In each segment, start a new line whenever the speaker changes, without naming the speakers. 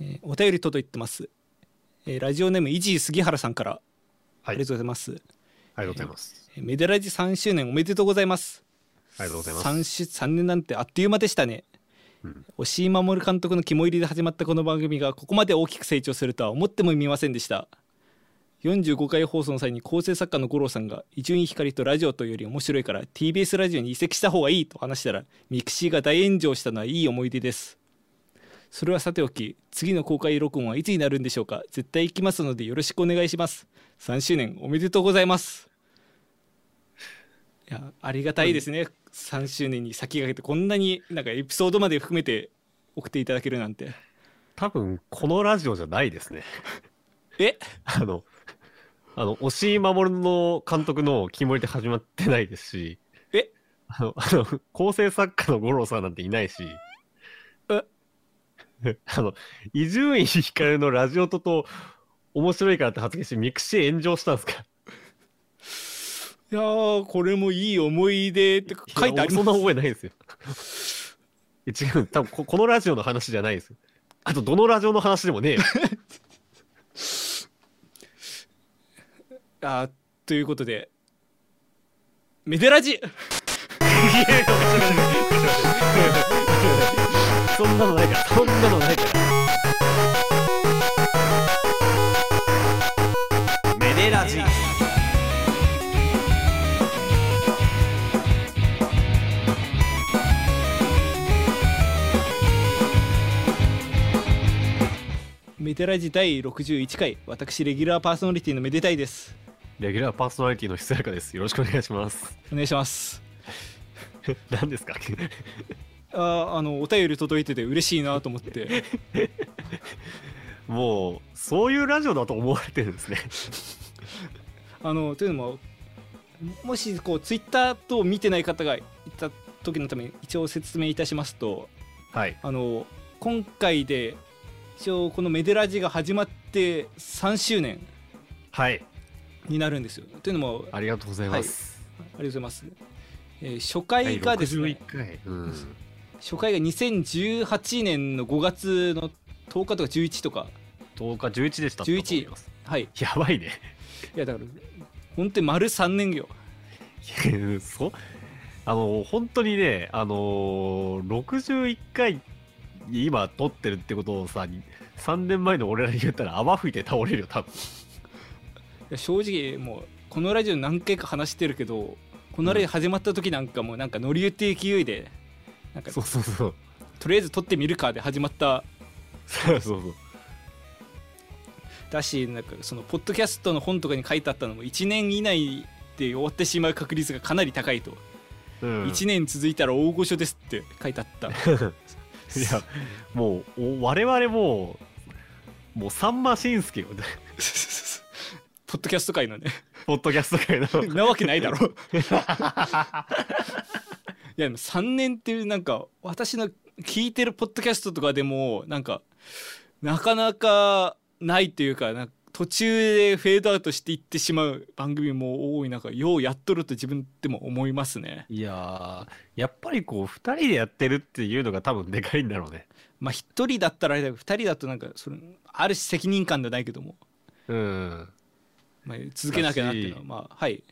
えーお便り届いてます、えーラジオネームイジー杉原さんからあ
は
り
い
がとうございます、
ありがとうございます。
えーメデラジ3周年おめでとうございます
ありがとうございます
3し3年なんてあっという間でしたね
うん
押井守監督の肝入りで始まったこの番組がここまで大きく成長するとは思ってもみませんでした45回放送の際に構成作家の五郎さんが伊集院光とラジオというより面白いから TBS ラジオに移籍した方がいいと話したらミクシーが大炎上したのはいい思い出ですそれはさておき次の公開録音はいつになるんでしょうか絶対行きますのでよろしくお願いします3周年おめでとうございますいやありがたいですね、3周年に先駆けてこんなになんかエピソードまで含めて送っていただけるなんて
多分、このラジオじゃないですね。
え
あの、あの、押井守の監督のキモリで始まってないですし、
え
あの、あの、構成作家の五郎さんなんていないし、
え
あの、伊集院光のラジオとと、面白いからって発言してミクシー炎上したんです か
いやーこれもいい思い出って書いてあり
や
ま
そんな
す
覚えないですよ。え違う、多分ここのラジオの話じゃないですよ。あと、どのラジオの話でもねえよ。
あーということでメデラジ
そんなのないから、そんなのないから。
メデラジ
メデラジ第61回私レギュラーパーソナリティのめでたいです
レギュラーパーソナリティのひそやかです。よろしくお願いします。
お願いします
何ですか
あーあのお便り届いてて嬉しいなと思って
もう、そういうラジオだと思われてるんですね。
あのというのももしこうツイッターと見てない方がいた時のために一応説明いたしますと
はい。
あの今回で一応この「メデラジ」が始まって3周年
はい。
になるんですよ。というのもあ
ありがとうございます。
りがとうございます。えー初回がですね
61回。うん。
初回が2018年の5月の10日とか11とか
10日11でしたと思います。
はいい
やばいね。
やだから本当に丸3年よ
いやそうあの本当にねあのー、61回今撮ってるってことをさ3年前の俺らに言ったら泡吹いて倒れるよ多分
いや正直もうこのラジオ何回か話してるけどこのラジオ始まった時なんかもうなんか乗り移って勢いでなんか
そうそうそう
とりあえず撮ってみるかで始まった
そうそうそう
だしなんかそのポッドキャストの本とかに書いてあったのも1年以内で終わってしまう確率がかなり高いと、
うん、
1年続いたら大御所ですって書いてあった い
いやもうお我々もうもうさんましんすけよ
ポッドキャスト界のね
ポッドキャスト界の
なわけないだろいやでも3年っていうなんか私の聞いてるポッドキャストとかでもなんかなかなかないというかなんか途中でフェードアウトしていってしまう番組も多い中ようやっとると自分でも思いますね。
いやーやっぱりこう2人でやってるっていうのが多分でかいんだろうね
まあ一人だったらあれだけど二人だとなんかそれある種責任感じゃないけども、
うん
まあ、続けなきゃなっていうのはまあはい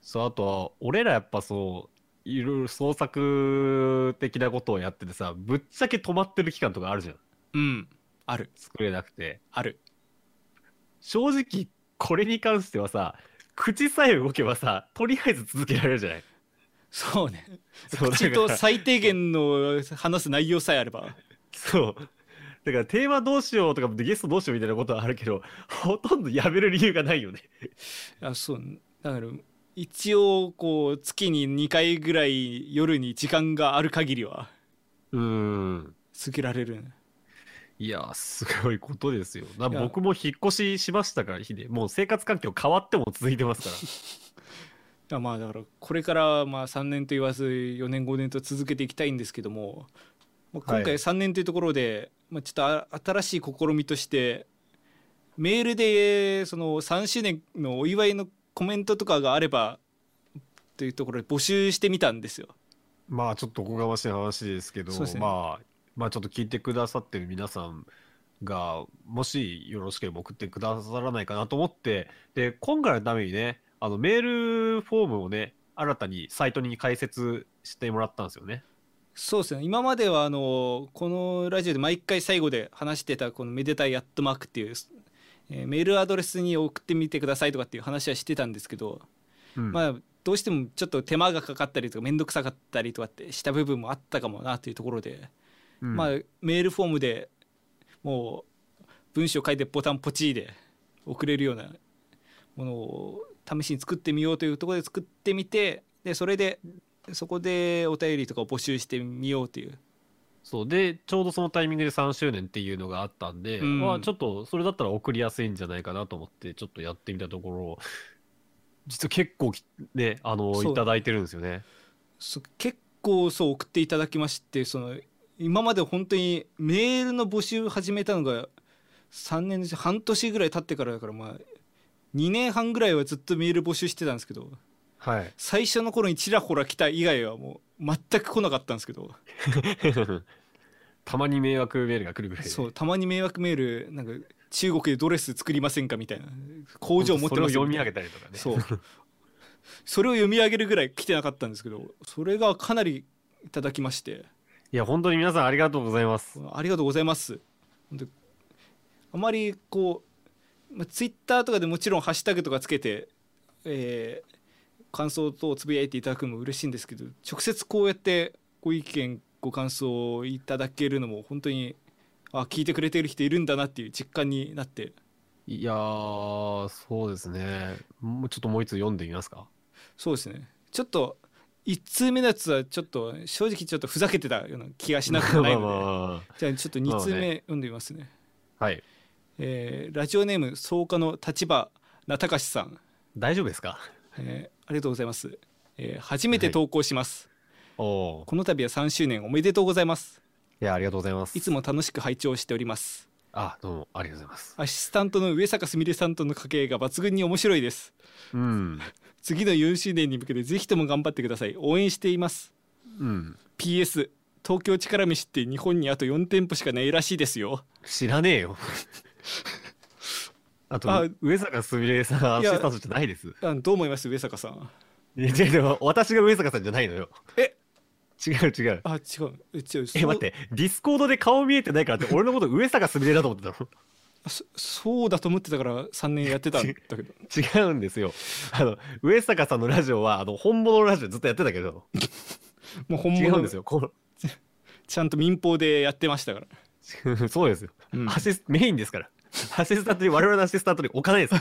そうあとは俺らやっぱそういろいろ創作的なことをやっててさぶっちゃけ止まってる期間とかあるじゃん
うんある
作れなくて
ある
正直これに関してはさ口さえ動けばさとりあえず続けられるじゃない
そうね
そう
口
だ
と
から
最低限の話す内容さえあれば
そうだからテーマどうしようとかゲストどうしようみたいなことはあるけどほとんどやめる理由がないよね
あそうだから一応こう月に2回ぐらい夜に時間がある限りは
うん
続けられる
いやすごいことですよない
や
僕も引っ越ししましたからひでもう生活環境変わっても続いてますから
あまあだからこれからまあ3年と言わず4年5年と続けていきたいんですけども、まあ、今
は
回
い
3年というところで、まあ、ちょっとあ新しい試みとしてメールでその3周年のお祝いのコメントとかがあればというところで募集してみたんですよ。
まあちょっとおこがましい話ですけど、
そうですね
まあまあちょっと聞いてくださってる皆さんがもしよろしければ送ってくださらないかなと思ってで今回のためにねあのメールフォームをね新たにサイトに開設してもらったんですよね。
そうですね今まではあのこのラジオで毎回最後で話してたこの「めでたいアットマーク」っていう、えーメールアドレスに送ってみてくださいとかっていう話はしてたんですけど、
うん
まあどうしてもちょっと手間がかかったりとか面倒くさかったりとかってした部分もあったかもなというところで、
うん
まあメールフォームでもう文章書いてボタンポチーで送れるようなものを試しに作ってみようというところで作ってみてでそれでそこでお便りとかを募集してみようという
そうでちょうどそのタイミングで3周年っていうのがあったんで、
うん
まあ、ちょっとそれだったら送りやすいんじゃないかなと思ってちょっとやってみたところ実は結構きねあの
そう
いただいてるんですよね。
そ結構そう送っていただきましてその今まで本当にメールの募集始めたのが3年です半年ぐらい経ってからだからまあ2年半ぐらいはずっとメール募集してたんですけど
はい、
最初の頃にちらほら来た以外はもう全く来なかったんですけど
たまに迷惑メールが来るぐらいで
そうたまに迷惑メールなんか中国でドレス作りませんかみたいな工場持ってます
それを読み上
げ
げたりとかね
そうそれを読み上げるぐらい来てなかったんですけどそれがかなりいただきまして。
いや本当に皆さんありがとうございます
ありがとうございます。本当あまりこう、まあ、ツイッターとかでもちろんハッシュタグとかつけて、えー感想等をつぶやいていただくのも嬉しいんですけど直接こうやってご意見ご感想をいただけるのも本当にあ聞いてくれてる人いるんだなっていう実感になって
いやーそうですねもうちょっともう一つ読んでみますか
そうですねちょっと1通目のやつはちょっと正直ちょっとふざけてたような気がしなくもないので
まあまあま
じゃあちょっと2通
まあ
目読んでみますね。
あはい
えーラジオネーム草加の立場なたかしさん、
大丈夫ですか
えーありがとうございます、えー初めて投稿します、
おお
この度は3周年おめでとうございます
いやありがとうございます
いつも楽しく拝聴しております
あどうもありがとうございます
アシスタントの上坂すみれさんとの掛け合いが抜群に面白いです
うん
次の4周年に向けてぜひとも頑張ってください応援しています
うん、
PS 東京力飯って日本にあと4店舗しかないらしいですよ
知らねえよ。 あと
あ
上坂すみれさんはいアシ
や
スタントじゃないです。
あどう思います上坂さん
いや違う違う私が上坂さんじゃないのよ。
え
違う違う。
あ違うえ違う
え待ってディスコードで顔見えてないからって 俺のこと上坂すみれだと思ってたの。
そそうだと思ってたから3年やってたんだけど
違うんですよ。あの上坂さんのラジオはあの本物のラジオずっとやってたけど
もう本
違う
物
ん
で
ですす
よ
よ。この
ちゃんと民放でやってましたから、
そう ですよ、
うん
アシス。メインですから。アシスタントに我々のアシスタントに置かな いで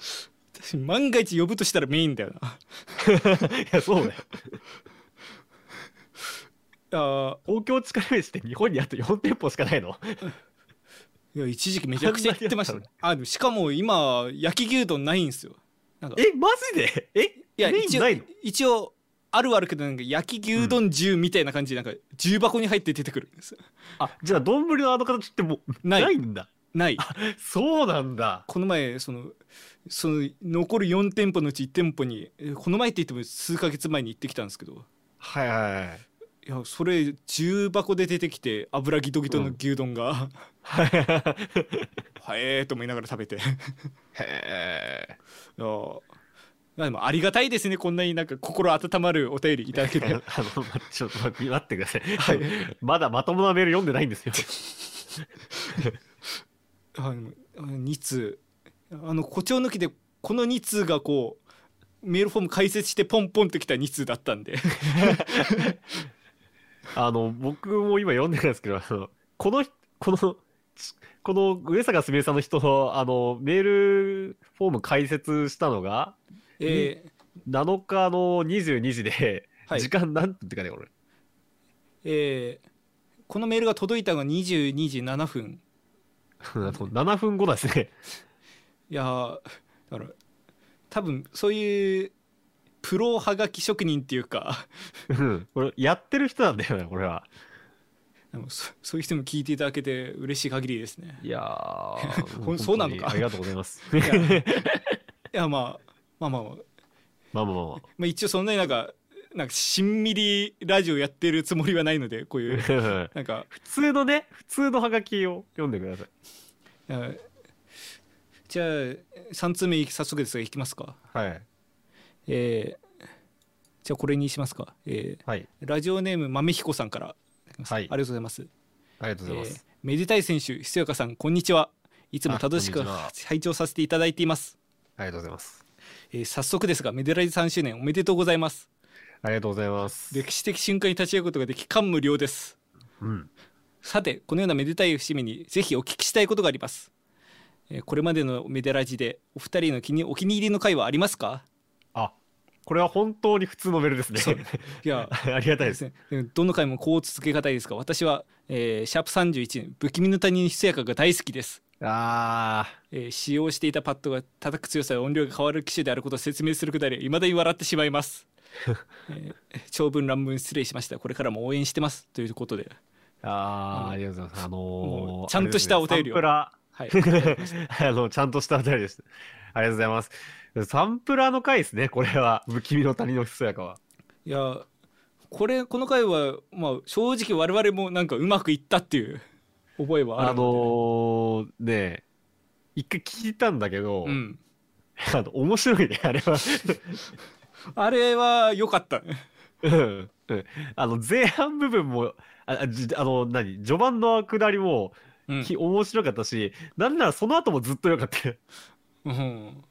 す。
私万が一呼ぶとしたらメインだよない
やそうだよ。
あ
東京力飯って日本にあと4店舗しかないの。
ーいや一時期めちゃくちゃ言ってましたね
こん
あでもしかも今焼き牛丼ないんですよなんか
えマジでえ
いや
メイン
一応
ないの
一応あるはあるけどなんか焼き牛丼重みたいな感じでなんか重箱に入って出てくるんですよ
あじゃあ丼のあの形ってもう
ない
ないんだ
ない
そうなんだ
この前そのその残る4店舗のうち1店舗にえこの前って言っても数ヶ月前に行ってきたんですけど
はいはいはい
いやそれ重箱で出てきて油ギトギトの牛丼が、
はい
はえーと思いながら食べてい
へ
やーまあでもありがたいですねこんなになんか心温まるお便りいただけ
えあ
て
のま ちょっと待って待ってください、
はい
まだまともなメール読んでないんですよ
あの2通あの誇張抜きでこの2通がこうメールフォーム解説してポンポンときた2通だった んで
あの僕も今読んでるんですけどあのこの人このちこの上坂すみれさんの人のあのメールフォーム解説したのが
えー
7日の22時で、
はい
時間なんていうかね俺
えーこのメールが届いたのが22時7分
7分後だですね
いやーだから多分そういうプロはがき職人っていうか
うんこれやってる人なんだよねこれは
あのそそういう人も聞いていただけて嬉しい限りですね。
いや ー
ほんそうなのか
本当にありがとうございます。
いやいやまあまあまあまあ、
まあまあまあまあ。
まあ、一応そんなになんかなんかしんみりラジオやってるつもりはないのでこう いう
普
なんか
通のね普通のハガキを読んでください
あじゃあ3通目早速ですがいきますか
はい
えーじゃあこれにしますか、えー
はい
ラジオネーム豆彦さんから、
はい
ありがとうございます
ありがとうございます、
えーめでたい選手ひそやかさんこんにちはいつも楽し
あ
く
こんにちは
拝聴させていただいています、
ありがとうございます
えー早速ですがメデラジ3周年おめでとうございます
ありがとうございます
歴史的瞬間に立ち会うことができ感無量です
うん
さてこのようなめでたい節目にぜひお聞きしたいことがありますえーこれまでのメデラジでお二人の気にお気に入りの回はありますか
あこれは本当に普通のメールですね
そういや
ありがた いです
ねどの回もこう続け方いですが私は、えーシャープ31不気味の谷のひそやかが大好きです
ああ
えー使用していたパッドが叩く強さや音量が変わる機種であることを説明するくだり未だに笑ってしまい ます、えー長文乱文失礼しましたこれからも応援してますということで、
あ
う
ー
ん
ありがとうございます。あ
も
の
う
ー、
ちゃんとしたお便りを
あ
はい
れですねサンプラ あの、ちゃんとしたお便りです。ありがとうございます。サンプラーの回ですね、これは。不気味の谷のひそやかは。
いやこれこの回は、まあ、正直我々もなんかうまくいったっていう覚えはあ
あ
る
の
の
ー、ね一回聞いたんだけど、
で、うん、
あの面白いね、あれは。
あれは良かった
うんうんあの、前半部分も、ああじあの、何序盤の下りも、
うん
き面白かったし、なんならその後もずっと良かったよ。
うん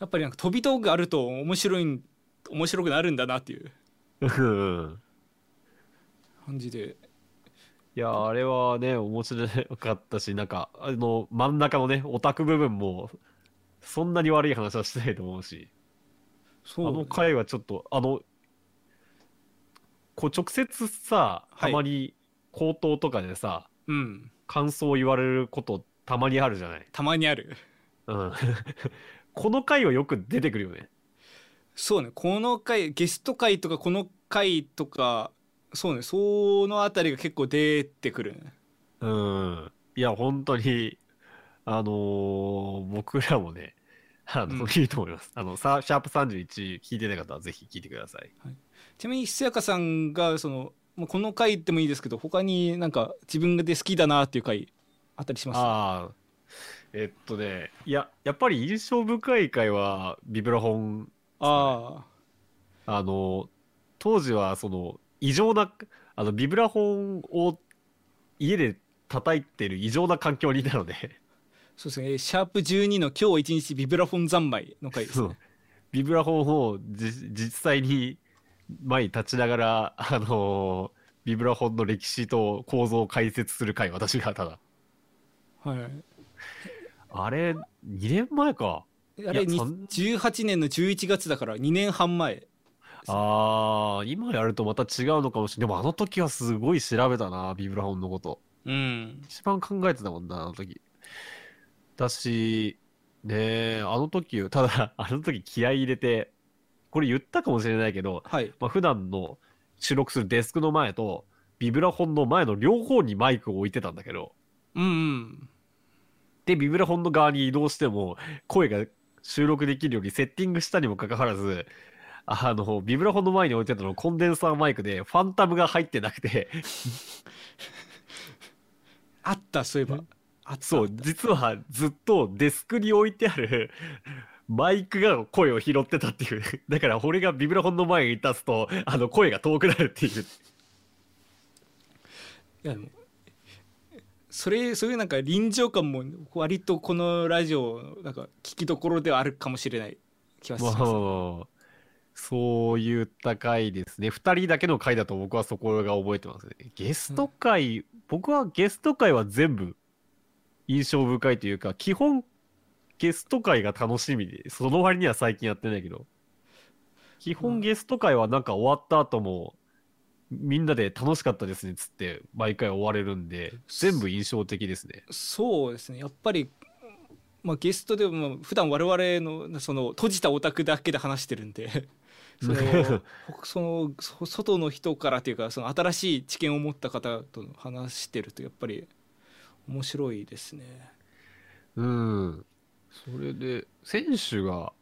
やっぱりなんか飛び道具あると面白いん面白くなるんだなっていう
うん
感じで
いやーあれはね面白かったしなんかあの真ん中のねオタク部分もそんなに悪い話はしてないと思うしあ
そう
の回はちょっとあのこう直接さ
はい
たまに口頭とかでさ、
うん
感想を言われることたまにあるじゃない、
たまにある
うん この回はよく出てくるよね
そうねこの回ゲスト回とかこの回とかそうねそのあたりが結構出てくるね
うんいや本当にあのー僕らもねあ
う
の、
ん
いいと思いますあのさシャープ31聞いてない方はぜひ聞いてください
ちなみにひそやかさんがその、まあ、この回でもいいですけど他になんか自分で好きだなっていう回あったりします
ああえっとねいややっぱり印象深い回はビブラフォン
あ
あの当時はその異常なあのビブラフォンを家で叩いてる異常な環境にいたので
あそうですねえー「シャープ #12 の今日一日ビブラフォン三昧」の回です
そう
ね
ビブラフォンをじ実際に前に立ちながらあのビブラフォンの歴史と構造を解説する回私がただ
はい
あれ2年前か
あれに
そん
18年の11月だから2年半前
ああ、今やるとまた違うのかもしれない。でもあの時はすごい調べたな、ビブラフォンのこと。
うん
一番考えてたもんな、あの時。だし、ねえ、あの時、ただ、あの時気合い入れて、これ言ったかもしれないけど、
はい
まあ、普段の収録するデスクの前と、ビブラフォンの前の両方にマイクを置いてたんだけど、
うんうん
で、ビブラフォンの側に移動しても、声が収録できるようにセッティングしたにもかかわらず、あの、ビブラフォンの前に置いてたのコンデンサーマイクで、ファンタムが入ってなくて、
あったそういえばあった
そう、実はずっとデスクに置いてある、マイクが声を拾ってたっていう。だから、俺がビブラフォンの前に立つと、あの、声が遠くなるっていう。
いやでもそれそういうなんか臨場感も割とこのラジオなんか聞きどころではあるかもしれない気 がします、
もう、そういった回ですね。2人だけの回だと僕はそこが覚えてますね。ゲスト回、僕はゲスト回は全部印象深いというか、基本ゲスト回が楽しみで、その割には最近やってないけど、基
うん
本ゲスト回はなんか終わった後も、みんなで楽しかったですねっつって毎回終われるんで全部印象的ですね。
そうですねやっぱり、まあ、ゲストでも普段我々のその閉じたオタクだけで話してるん でそのそのそ外の人からというかその新しい知見を持った方と話してるとやっぱり面白いですね。
うん。それで選手が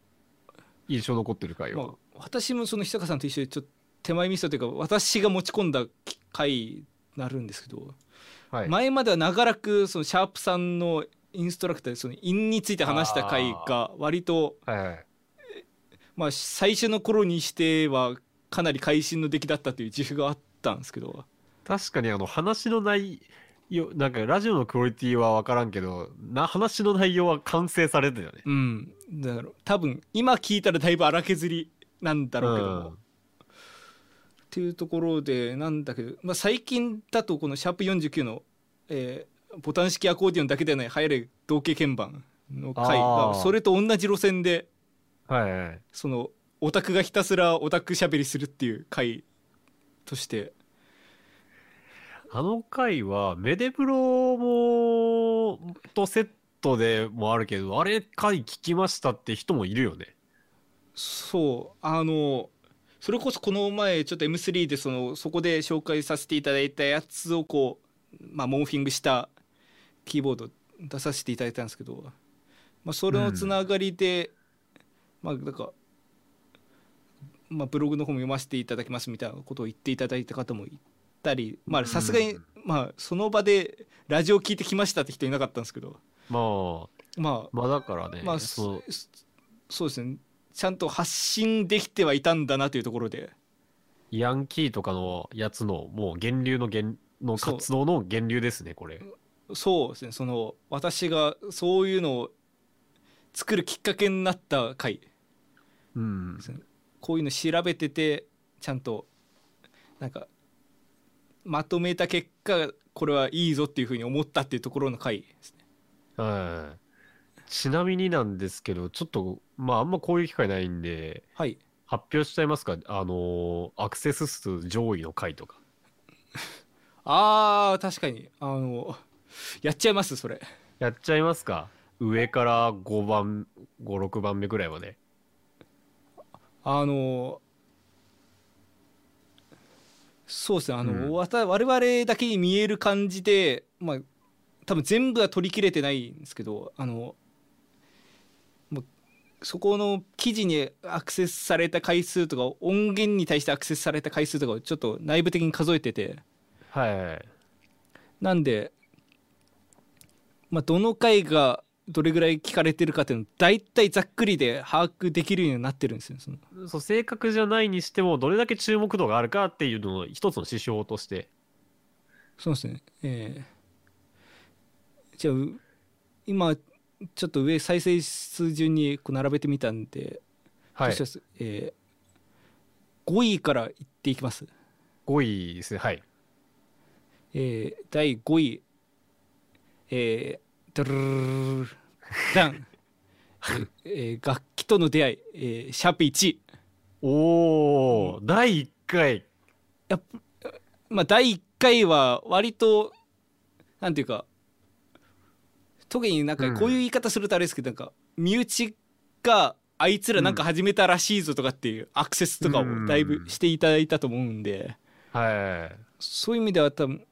印象残ってる回は。
まあ私もその久坂さんと一緒でちょっと手前味噌というか私が持ち込んだ回になるんですけど、
はい、
前までは長らくそのシャープさんのインストラクターでその陰について話した回が割と
はいはい
まあ最初の頃にしてはかなり会心の出来だったという自負があったんですけど
確かにあの話の内容なんかラジオのクオリティは分からんけどな話の内容は完成されてたよね
うんだから多分今聞いたらだいぶ荒削りなんだろうけども、
うん
っていうところでなんだけど、まあ、最近だとこのシャープ49の、えーボタン式アコーディオンだけではない流行る同型鍵盤の回
あー
がそれと同じ路線で
はいはい
そのオタクがひたすらオタクしゃべりするっていう回として
あの回はメデブロもとセットでもあるけどあれ回聞きましたって人もいるよね
そうあのそれこそこの前ちょっと M3 でそのそこで紹介させていただいたやつをこう、まあ、モーフィングしたキーボード出させていただいたんですけど、まあ、それのつながりで、まあなんか、まあ、ブログの方も読ませていただきますみたいなことを言っていただいた方もいたりまあさすがに、
うん
まあ、その場でラジオ聞いてきましたって人いなかったんですけど
まあ
まあ
まあだからね、
まあ、
そ
そうそうですねちゃんと発信できてはいたんだなというところで
ヤンキーとかのやつのもう源流の源の
そう
活動の源流ですねこれ
そうですねその私がそういうのを作るきっかけになった回
うん
こういうの調べててちゃんとなんかまとめた結果これはいいぞっていうふうに思ったっていうところの回ですね
はいちなみになんですけどちょっとまああんまこういう機会ないんで
はい
発表しちゃいますかあのアクセス数上位の回とか
あー確かにあのやっちゃいますそれ
やっちゃいますか上から5番56番目ぐらいまで
あのそうですねあの、
うん
わた我々だけに見える感じでまあ多分全部は取り切れてないんですけどあのもうそこの記事にアクセスされた回数とか音源に対してアクセスされた回数とかをちょっと内部的に数えてて
はいはいはい
なんで、まあ、どの回がどれぐらい聞かれてるかっていうの大体ざっくりで把握できるようになってるんですよね。その
そう正確じゃないにしてもどれだけ注目度があるかっていうのを一つの指標として
そうですね。えーじゃあう今ちょっと上再生数順にこう並べてみたんで、
はい
どうしますえー5位からいっていきます。
5位ですねはい
えー第5位、えー、ドゥルルルルダン、えーえー楽器との出会い、えーシャープ1。
おお、第1回
やっぱまあ第1回は割となんていうか特になんか
うん
こういう言い方するとあれですけど、なんか身内があいつらなんか始めたらしいぞとかっていうアクセスとかをだいぶしていただいたと思うんで、
はい
そういう意味では多分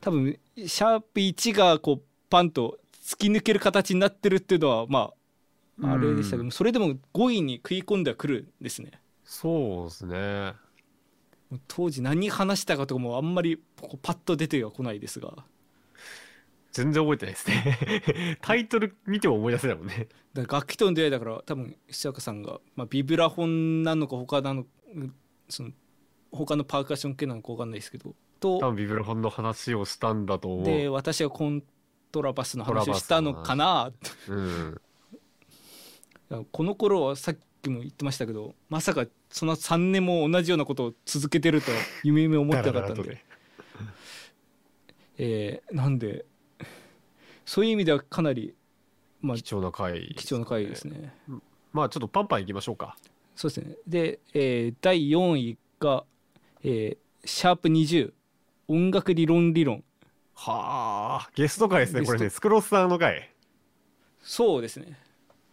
多分シャープ1がこうパンと突き抜ける形になってるっていうのはまああれでしたけど、
うん
それでも5位に食い込んではくるんですね。
そうですね
もう当時何話したかとかもあんまりこうパッと出てはこないですが
全然覚えてないですね タイトル見ても思い出せないもんね
だから楽器との出会いだから多分久坂さんが、まあ、ビブラフォンなのか他なのうんその他のパーカッション系なのか分かんないですけどと
多分ビブラフォンの話をしたんだと思
で
う、
私がコントラバスの話
コントラ
を
バス
したのかな
うん、
だからこの頃はさっきも言ってましたけどまさかその3年も同じようなことを続けてるとは夢夢思ってなかったん
ダラダラと
で
ね
えーなんでそういう意味ではかなり、まあ、
貴重な回、
貴重な回ですね。
まあちょっとパンパンいきましょうか
そうですね。で、えー第4位が、えーシャープ20音楽理論理論。
はあゲスト回ですね
ゲス
こ
ト
れねスクロスさんの回
そうですね。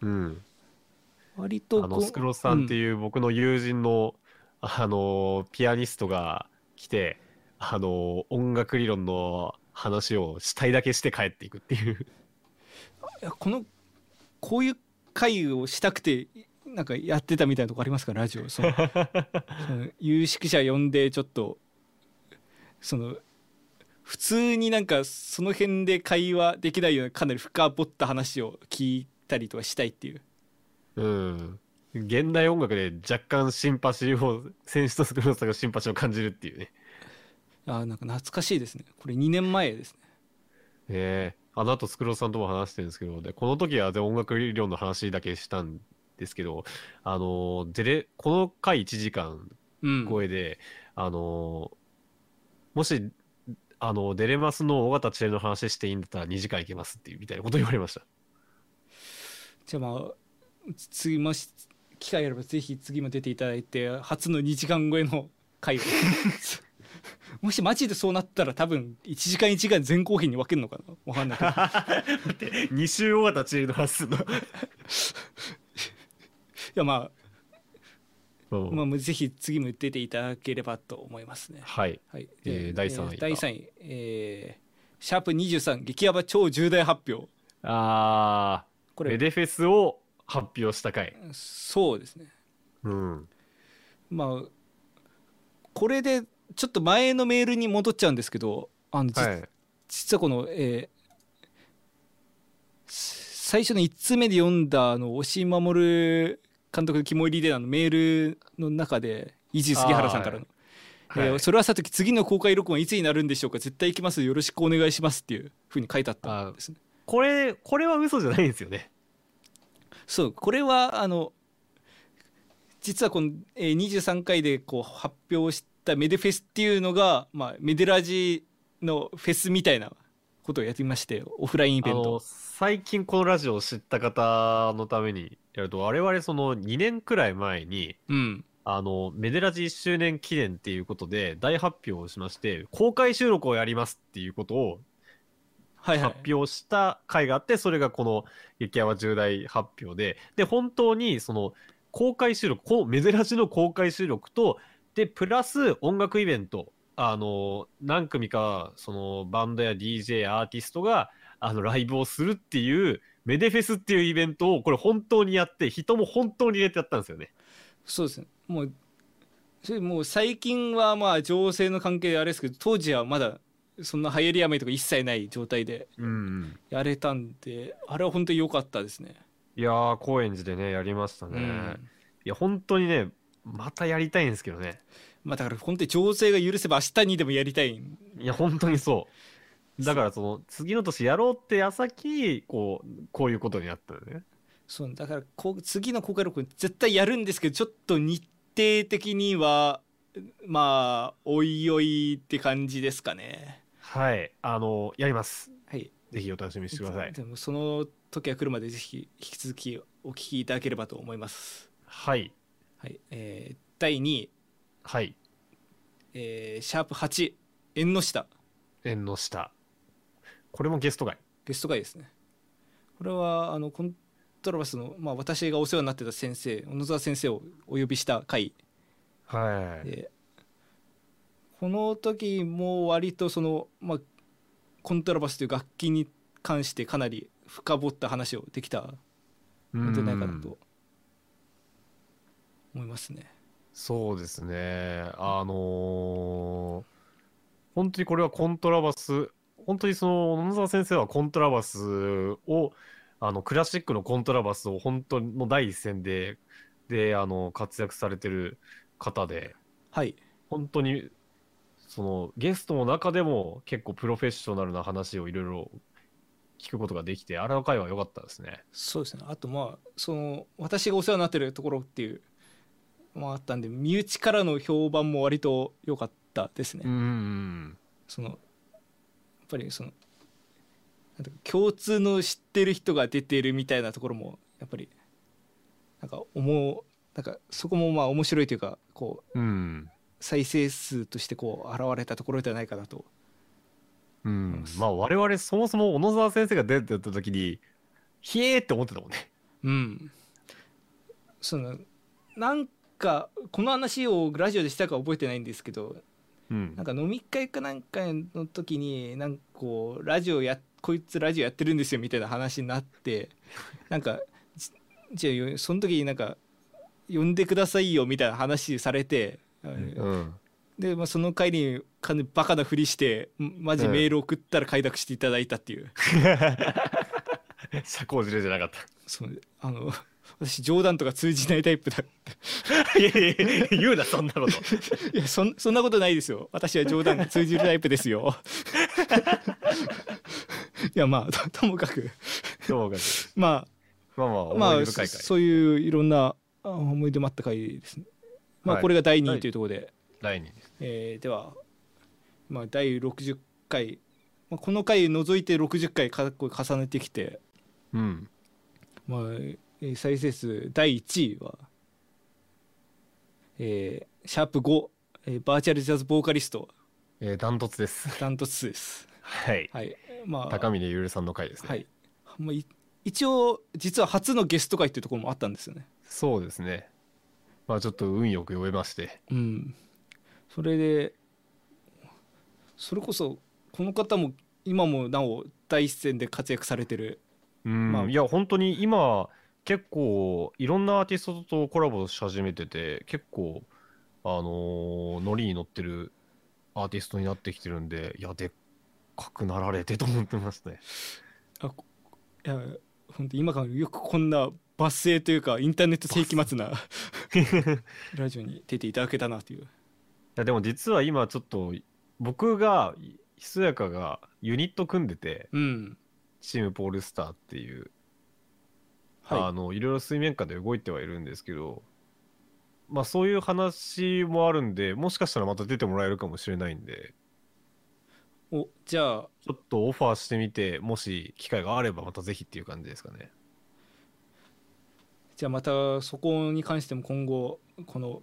うん
割と
あのスクロスさんって
う
いう僕の友人の、あのピアニストが来てあの音楽理論の話をしたいだけして帰っていくっていう
んいやこのこういう会をしたくてなんかやってたみたいなとこありますかラジオそ のその有識者呼んでちょっとその普通になんかその辺で会話できないようなかなり深掘った話を聞いたりとかしたいっていう
うん。現代音楽で若干シンパシーを、選手とスクローさんがシンパシーを感じるっていうね。
あーなんか懐かしいですねこれ2年前ですね
ええあの後スクローさんとも話してるんですけど、で、この時はで音楽理論の話だけしたんですけど、あの、デレ、この回1時間
うん
超えで、あの、もし、あの、デレマスの尾形知恵の話していいんだったら2時間いけますっていうみたいなこと言われました。
じゃあまあつ次もし機会あればぜひ次も出ていただいて初の2時間超えの会を もしマジでそうなったら多分1時間1時間前後編に分けるのかなわかん ないけど
待って、2週尾形知恵の話すんの。
いやまあ、
ま
ま
あ
あ、ぜひ次も出ていただければと思いますね。
はい。
はい、
えー
で
第三位
第3位、えーシャープ23激ヤバ超重大発表
あ
こ
ー、レ
れ
デフェスを発表した回。
そうですね
うん。
まあこれでちょっと前のメールに戻っちゃうんですけどあの、じ
はい。
実はこの、えーす最初の1通目で読んだあの押井守監督の肝入りであのメールの中で伊集院杉原さんからの、えー
はい
それはさとき次の公開録音はいつになるんでしょうか絶対行きますよろしくお願いします」っていうふうに書いてあったんですね。
これ、これは嘘じゃないんですよね。
そうこれはあの実はこの、えー、23回でこう発表したメデフェスっていうのが、まあ、メデラジのフェスみたいなことをやってましてオフラインイベン
あの
ト
最近このラジオを知った方のためにやると我々その2年くらい前に
うん
あのメデラジ1周年記念っていうことで大発表をしまして公開収録をやりますっていうことを
はいはい
発表した回があってそれがこの「激ヤバ重大発表で」で本当にその公開収録この「珍しの公開収録とでプラス音楽イベントあの何組かそのバンドや DJ アーティストがあのライブをするっていうメデフェスっていうイベントをこれ本当にやって人も本当に入れてやったんですよね。
そうですねもうそれもう最近はまあ情勢の関係であれですけど当時はまだそんな流行り病とか一切ない状態で
うん、
やれたんであれは本当に良かったですね。
いやー高円寺でねやりましたね。
うん
いや本当にねまたやりたいんですけどね。
まあ、だから本当に情勢が許せば明日にでもやりたいん
いや本当にそうだからその次の年やろうって矢先こうこういうことになったのね
そうだからこう次の公開録音絶対やるんですけどちょっと日程的にはまあおいおいって感じですかね
はいあのやります
はい
ぜひお楽しみにしてください
でもその時が来るまでぜひ引き続きお聞きいただければと思います
はい
はいえー第2位、
はい
えーシャープ8縁の下
縁の下これもゲスト会
ゲスト会ですねこれはあのコントラバスの、まあ、私がお世話になってた先生小野沢先生をお呼びした回
はい
でこの時も割とその、まあ、コントラバスという楽器に関してかなり深掘った話をできた
うん
のではないかなと思いますね。
そうですねあのー本当にこれはコントラバス本当にその野々沢先生はコントラバスをあのクラシックのコントラバスを本当の第一線でであの活躍されてる方で
はい、
本当にそのゲストの中でも結構プロフェッショナルな話をいろいろ聞くことができてあれの回は良かったですね。
そうですねあとまあその私がお世話になってるところっていうもあったんで身内からの評判も割と良かったですね。
うん
そのやっぱりそのなんていうか共通の知ってる人が出てるみたいなところもやっぱりなんか思うなんかそこもまあ面白いというかこう
うんうん
再生数としてこう現れたところではないかなと
うん、まあ我々そもそも小野沢先生が出てた時にひえーって思ってたもんね。
うんそのなんかこの話をラジオでしたか覚えてないんですけど
うん
なんか飲み会かなんかの時になんかこうラジオやこいつラジオや ってるんですよみたいな話になってなんかじじゃあその時になんか呼んでくださいよみたいな話されて、
うん。
で、まあ、その回にかなりバカなふりしてんマジメール送ったら快諾していただいたっていう、
社交辞令じゃなかっ
そうあの私冗談とか通じないタイプだ
た。いやいやいや言うな、そんなこと。
いやそんそんなことないですよ私は冗談が通じるタイプです よいやまあとともかく
そうか。
ま
まあまあ、
あま
思
あ
い出深い回。
そういういろんなあ思い出もあった回ですねまあ
はい
これが第2
は
位
い
というところで、
第二
えーでは、まあ、第60回、まあ、この回除いて60回かこう重ねてきて、
うん。
まあえー再生数第1位は、えーシャープ5、えーバーチャルジャズボーカリスト
えー、ダントツです。
ダントツです。
はい。
はい、まあ
高峰ゆるさんの回ですね。
はい、まあ、い一応実は初のゲスト会っていうところもあったんですよね。
そうですね。まあちょっと運よく読めまして。
うん、それでそれこそこの方も今もなお第一線で活躍されてる
うん、
まあ
いや本当に今結構いろんなアーティストとコラボし始めてて結構あのーノリに乗ってるアーティストになってきてるんでいやでっかくなられてと思ってますね。
あこいや本当今からよくこんな抜粋というかインターネット世紀末なラジオに出ていただけたなという。
いやでも実は今ちょっと僕がひそやかがユニット組んでて
うん
チームポールスターっていう、あ
は
のいろいろ水面下で動いてはいるんですけどまあそういう話もあるんでもしかしたらまた出てもらえるかもしれないんで
い、おじゃあ
ちょっとオファーしてみてもし機会があればまたぜひっていう感じですかね
じゃあまたそこに関しても今後この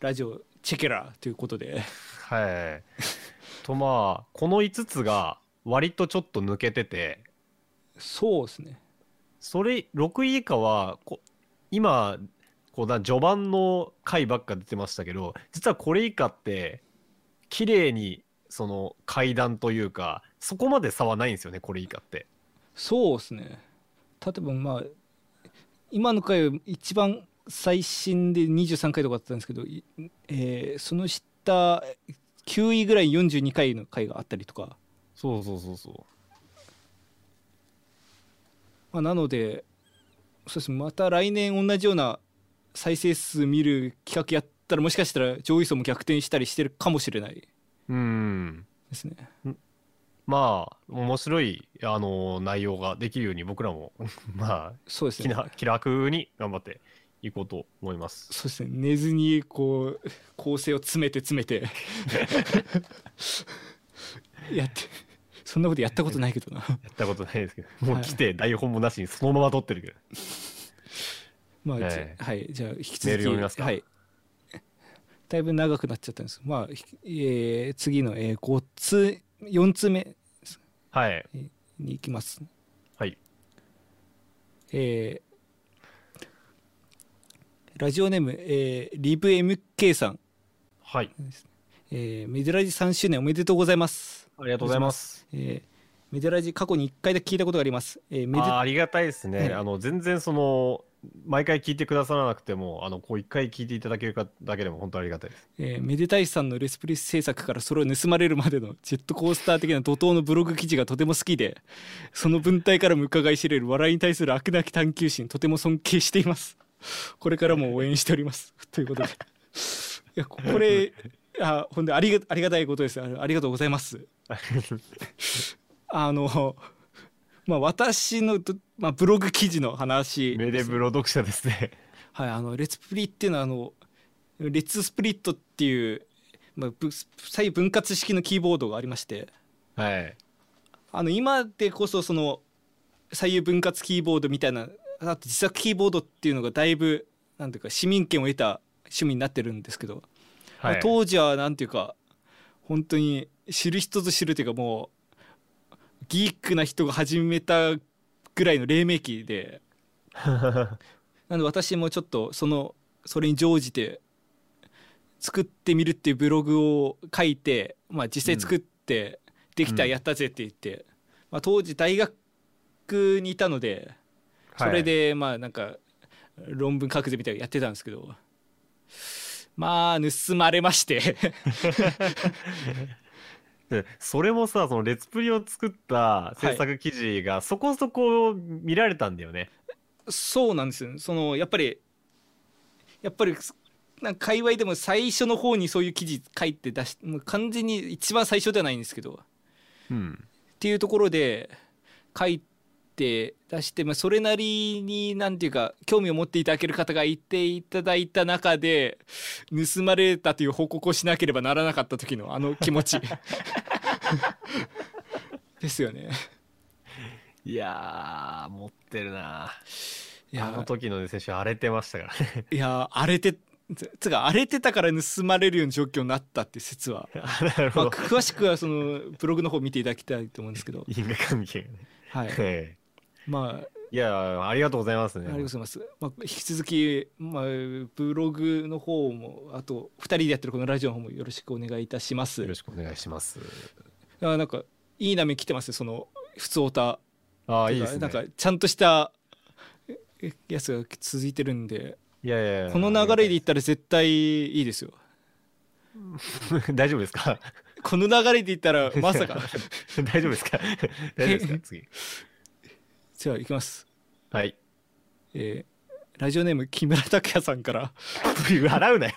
ラジオチェケラということで
はいとまあこの5つが割とちょっと抜けてて
そうですね
それ6位以下はこ今こうな序盤の回ばっか出てましたけど実はこれ以下って綺麗にその階段というかそこまで差はないんですよねこれ以下って
そうですね例えばまあ今の回は一番最新で23回とかだったんですけど、いえーその下9位ぐらい42回の回があったりとか、
そうそうそうそ
まあ、なのでそうですねまた来年同じような再生数見る企画やったらもしかしたら上位層も逆転したりしてるかもしれないで
ううん
すね
まあ面白いあの内容ができるように僕らも まあ
そうです
気
ね
な気楽に頑張っていこうと思います
そうですね寝ずにこう構成を詰めて詰めて やってそんなことやったことないけどな
やったことないですけどもう来て台本もなしにそのまま撮ってるけど、
まあ、じゃ
え
はいじゃあ引き続き
メール読みますか
はいだいぶ長くなっちゃったんですまあ、ひえー次の、えー、5つ4つ目
はい
に行きます
はい
えーラジオネーム、えーリブ MK さん、
はい
えーメデラジ3周年おめでとうございます
ありがとうございます
えーメデラジ過去に1回だけ聞いたことがあります。えーメデ
あーありがたいですね、
ね
あの全然その毎回聞いてくださらなくてもあのこう一回聞いていただけるかだけでも本当ありがたいです
えーメデタイスさんのレスプリス制作からそれを盗まれるまでのジェットコースター的な怒涛のブログ記事がとても好きでその文体からも伺い知れる笑いに対する悪なき探求心とても尊敬していますこれからも応援しております ということでいやここれあほんでありがありがたいことですあありがとうございますあのまあ私のど、まあ、ブログ記事の話
メデブロ読者ですね
はい、あのレツプリっていうのはあのレッツスプリットっていう、まあ、ぶ左右分割式のキーボードがありまして
はい
あの今でこそその左右分割キーボードみたいなあと自作キーボードっていうのがだいぶなんていうか市民権を得た趣味になってるんですけど、まあ
はい
当時はなんていうか本当に知る人ぞ知るというかもうギークな人が始めたぐらいの黎明期でなので私もちょっとそのそれに乗じて作ってみるっていうブログを書いて、まあ、実際作ってできた
うん
やったぜって言って、まあ、当時大学にいたのでそれでまあなんか論文書くぜみたいなのやってたんですけどまあ盗まれまして
でそれもさそのレツプリを作った制作記事がそこそこ見られたんだよね、
そうなんですよそのやっぱりやっぱりなんか界隈でも最初の方にそういう記事書いて出しもう完全に一番最初ではないんですけど
うん
っていうところで書いて出して、まあ、それなりになんていうか興味を持っていただける方がいていただいた中で盗まれたという報告をしなければならなかった時のあの気持ちですよね。
いやー持ってるないあの時のね選手荒れてましたからね
いや荒れてつつか荒れてたから盗まれるような状況になったって説は、
あなる
ま
ほ
あ、
ど
詳しくはそのブログの方見ていただきたいと思うんです けど
因果関係がね
はい
え
まあ
えいやありがとうございますね
ありがとうございます。まあ、引き続き、まあ、ブログの方も、あと、二人でやってるこのラジオの方もよろしくお願いいたします。
よろしくお願いします
あなんか、いい波来てますよ、その、普通オタ。
ああ
て
いい
か
ですね
なんか、ちゃんとした、えやつが続いてるんで、
いやいやいや
この流れでいったら絶対いいですよ。
大丈夫ですか
この流れでいった ら、まさか。
大丈夫ですか大丈夫ですか次
じゃあ、いきます。
はい
えーラジオネーム、木村拓哉さんから。
笑うなよ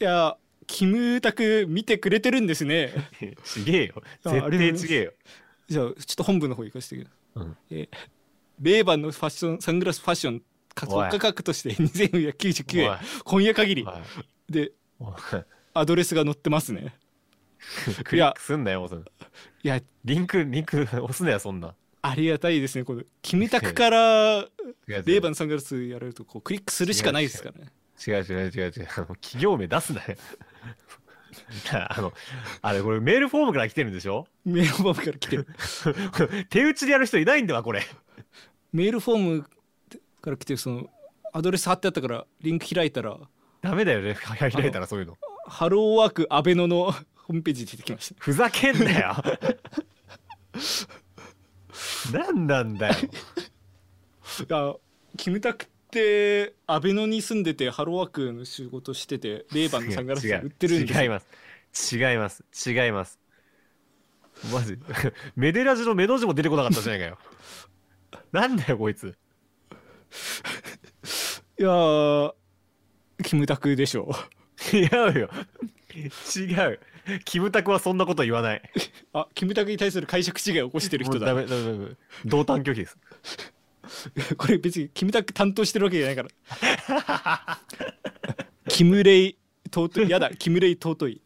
いや、キムタク見てくれてるんですね。
ちげえよ
あありがとうございま
絶
す
対ちげえよ
じゃあ、ちょっと本部の方行かせてください。
うん
えーレーバンのファッションサングラスファッション価
おい
価格として2499
お
円
い
今夜限り
はい
で
おい
アドレスが載ってますね
クリックすんなよその
いや
リンクリンク押すなよそんな
ありがたいですねこのキムタクからレ
レ
ーバンのサングラスやられるとこうクリックするしかないですからね
違う違う 違う違うあの企業名出すなよ あのあれこれメールフォームから来てるんでしょ
メールフォームから来てる
手打ちでやる人いないんだわこれ
メールフォームから来てるそのアドレス貼ってあったからリンク開いたら
ダメだよね開いたらそういうの
ハローワークアベノの ホームページ出てきました
ふざけんなよ なんなんだよ
いやキムタクってアベノに住んでてハローワークの仕事しててレーバンのサングラス売ってるんです
違い
よ
ます違います違いますマジ メデラジのメの字も出てこなかったじゃないかよ なんだよこいつ
いやーキムタクでしょう
違うよ 違うキムタクはそんなこと言わない
あキムタクに対する解釈違いを起こしてる人
もうダ
だ
メダメダメダメ同担拒否です
これ別にキムタク担当してるわけじゃないから キムレイ尊いやだキムレイ尊い
い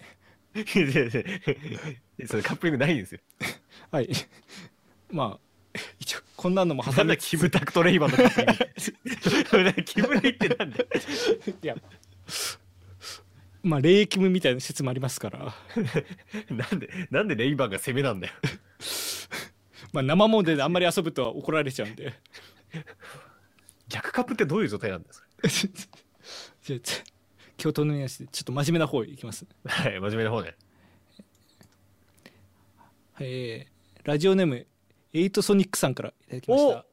やいやいや それカップリングないんですよ
はいまあ一応こんなのも挟
なん
み
だ
つ
キムタクとレイバンのカップ リングキムレイってなんだよ
ついやまあレイキムみたいな説もありますから、
なんでなんでレイバンが攻めなんだよ
まあ、生もんであんまり遊ぶとは怒られちゃうんで
逆カップってどういう状態なんですか
じゃあちょ京都のやつでちょっと真面目な方いきます
はい真面目な方ね
えーラジオネームエイトソニックさんからいただきました。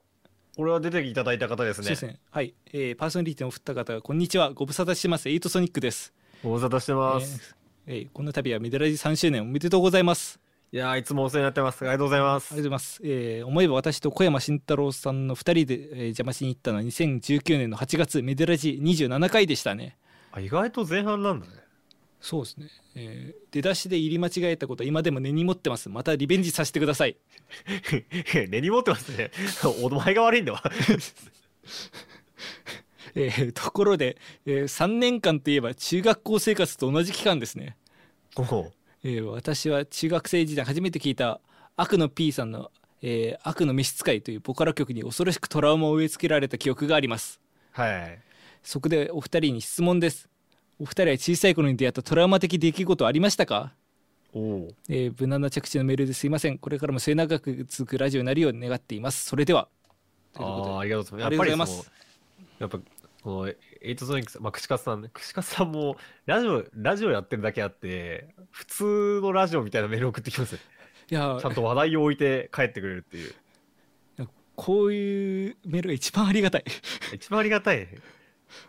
これは出ていただいた方です
そう
ね
ですね。はい、えーパーソナリティのお二方こんにちは。ご無沙汰してます。エイトソニックです。
大沙汰してます、
えーえーこの度はメデラジ3周年おめでとうございます。
いやーいつもお世話になってますありがとうございま
あ
す
りがとうございます。えー思えば私と小山慎太郎さんの二人で、えー邪魔しに行ったのは2019年の8月メデラジ27回でしたね。
あ意外と前半なんだね
そうですね、えー出だしで入り間違えたことは今でも根に持ってますまたリベンジさせてください
根に持ってますね。 お前が悪いんだ わ。
えーところで、え3年間といえば中学校生活と同じ期間ですね、
お
えー私は中学生時代初めて聞いた悪の P さんの「えー悪の召使い」というボカロ曲に恐ろしくトラウマを植え付けられた記憶があります
はい。
そこでお二人に質問ですお二人は小さい頃に出会ったトラウマ的出来事はありましたか
おお。
えー無難な着地のメールですいませんこれからも末永く続くラジオになるよう願っていますそれではと
あ
いうことで
あー、ありがとうござ
あり
い
が
ます。
とう
やっ
ございます
ぱりその、やっぱ、この、エイトソニックさん、まあ、串カツさんね、串カツさんも、ラジオ、ラジオやってるだけあって、普通のラジオみたいなメール送ってきますね。
いや
ちゃんと話題を置いて帰ってくれるっていう。
こういうメールが一番ありがたい、
一番ありがたい。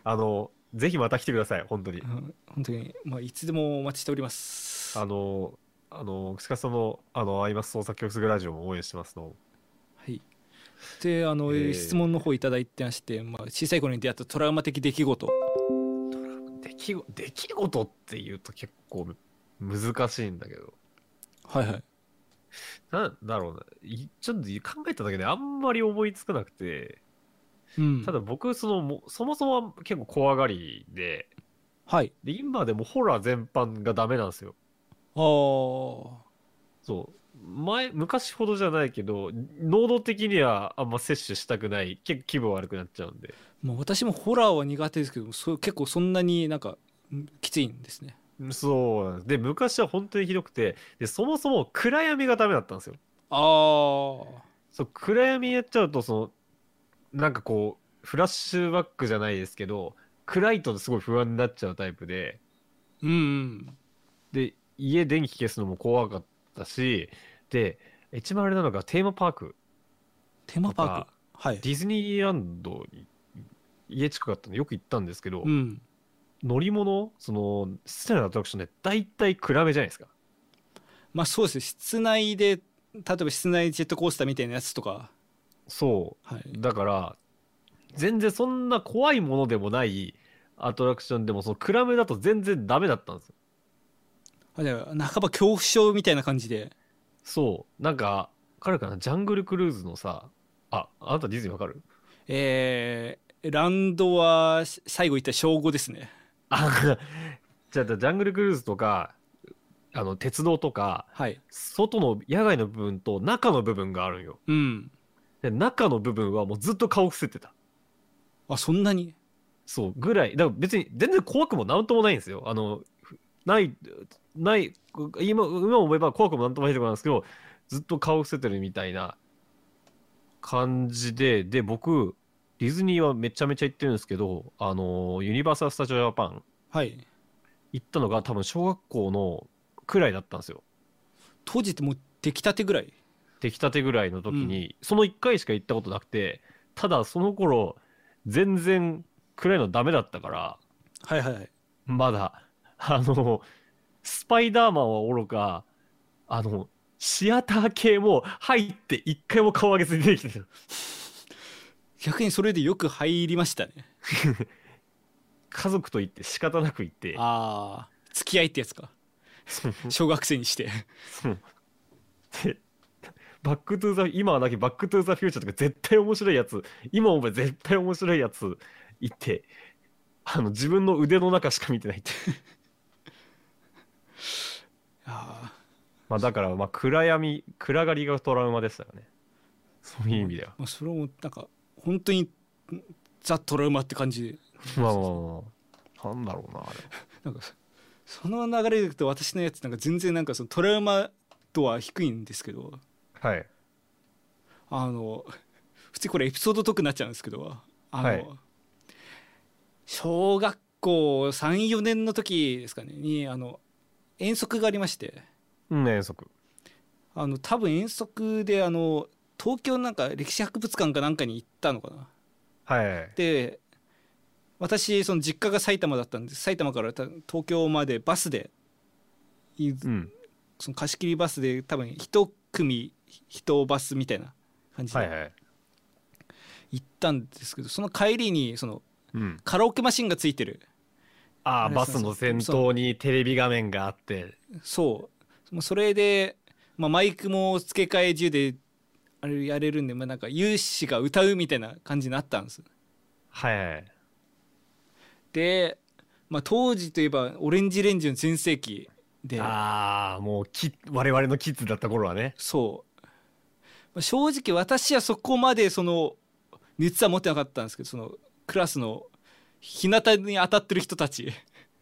あの、ぜひまた来てください、本当に
う。ん、本当にまあいつでもお待ちしております
あの、あの、串カツさんの、あの、アイマス創作曲ラジオも応援してますの。
はい、であの、
えー
質問の方いただいてまして、まあ、小さい頃に出会ったトラウマ的出来事
出来ご出来事っていうと結構難しいんだけど。
はいはい
なんだろうない。ちょっと考えただけであんまり思いつかなくて、
うん
ただ僕、その、もそもそもは結構怖がりで、
はい
で、今でもホラー全般がダメなんですよ。
あー
そう。前、昔ほどじゃないけど、能動的にはあんま摂取したくない、結構気分悪くなっちゃうんで。
まあ私もホラーは苦手ですけどそう結構そんなになんかんきついんですね
そうなんです。で、昔は本当にひどくて、で、そもそも暗闇がダメだったんですよ。
あー
そう、暗闇やっちゃうと、その、なんかこう、フラッシュバックじゃないですけど、暗いとすごい不安になっちゃうタイプで、
うんうん
で、家電気消すのも怖かったし、で、一番あれなのがテーマパーク、
テーマパークはい
ディズニーランドに家近かったんでよく行ったんですけど、
うん
乗り物、その、室内のアトラクションね、大体暗めじゃないですか。
まあそうですね室内で例えば室内ジェットコースターみたいなやつとか
そう、
はい
だから全然そんな怖いものでもないアトラクションでもその暗めだと全然ダメだったんですよ
あじゃあ半ば恐怖症みたいな感じで
そうなんか彼かなジャングルクルーズのさああなたディズニーわかる
えー、ランドはし最後言った小5ですね
あじゃあジャングルクルーズとかあの鉄道とか
はい
外の野外の部分と中の部分があるんよ
うん
で中の部分はもうずっと顔伏せてた
あそんなに
そうぐらいだから別に全然怖くもなんともないんですよあのふないない今今思えば怖くもなんともないところなんですけどずっと顔伏せてるみたいな感じでで僕ディズニーはめちゃめちゃ行ってるんですけどあのユニバーサル・スタジオ・ジャパン
はい
行ったのが多分小学校のくらいだったんですよ
当時ってもう出来たてぐらい
出来たてぐらいの時に、その1回しか行ったことなくてただその頃全然暗いのダメだったから
はいはいはい
まだ、あの、スパイダーマンはおろか、あの、シアター系も入って一回も顔上げずに出てきてた。
逆にそれでよく入りましたね
家族と行って仕方なく行って、
ああ付き合いってやつか
そう
小学生に して
そうで、バックトゥーザ、今はなきバックトゥーザフューチャーとか絶対面白いやつ、今思えば絶対面白いやつ行って、あの、自分の腕の中しか見てないって。
あ
まあだから、まあ暗闇、暗がりがトラウマでしたよね。そういう意味では
あ。まあそれもなんか本当にんザ・トラウマって感じで
まあまあまあ。なんだろうな、あれ。
なんかその流れでいくと私のやつなんか全然なんかそのトラウマ度は低いんですけど
はい。
あの 普通これエピソードトークになっちゃうんですけどあの、
はい
小学校34年の時ですかねにあの遠足がありまして
うん、遠足。
あの多分遠足であの東京のなんか歴史博物館かなんかに行ったのかな。
はい。
で私その実家が埼玉だったんで埼玉からた東京までバスでい
うん。
その貸し切りバスで多分一組一バスみたいな感じ
はい
で
はい。
行ったんですけど、その帰りにその
うん。
カラオケマシンがついてる
あ
あ
あ、
れ
バスの先頭にテレビ画面があって。
そうもうそれで、まあ、マイクも付け替え中であれやれるんで、まあ、なんか有志が歌うみたいな感じになったんです
はいはい。
で、まあ、当時といえばオレンジレンジの全盛期で
ああ、もうき、我々のキッズだった頃はね。
そう、まあ正直私はそこまでその熱は持ってなかったんですけどそのクラスの日向に当たってる人たち、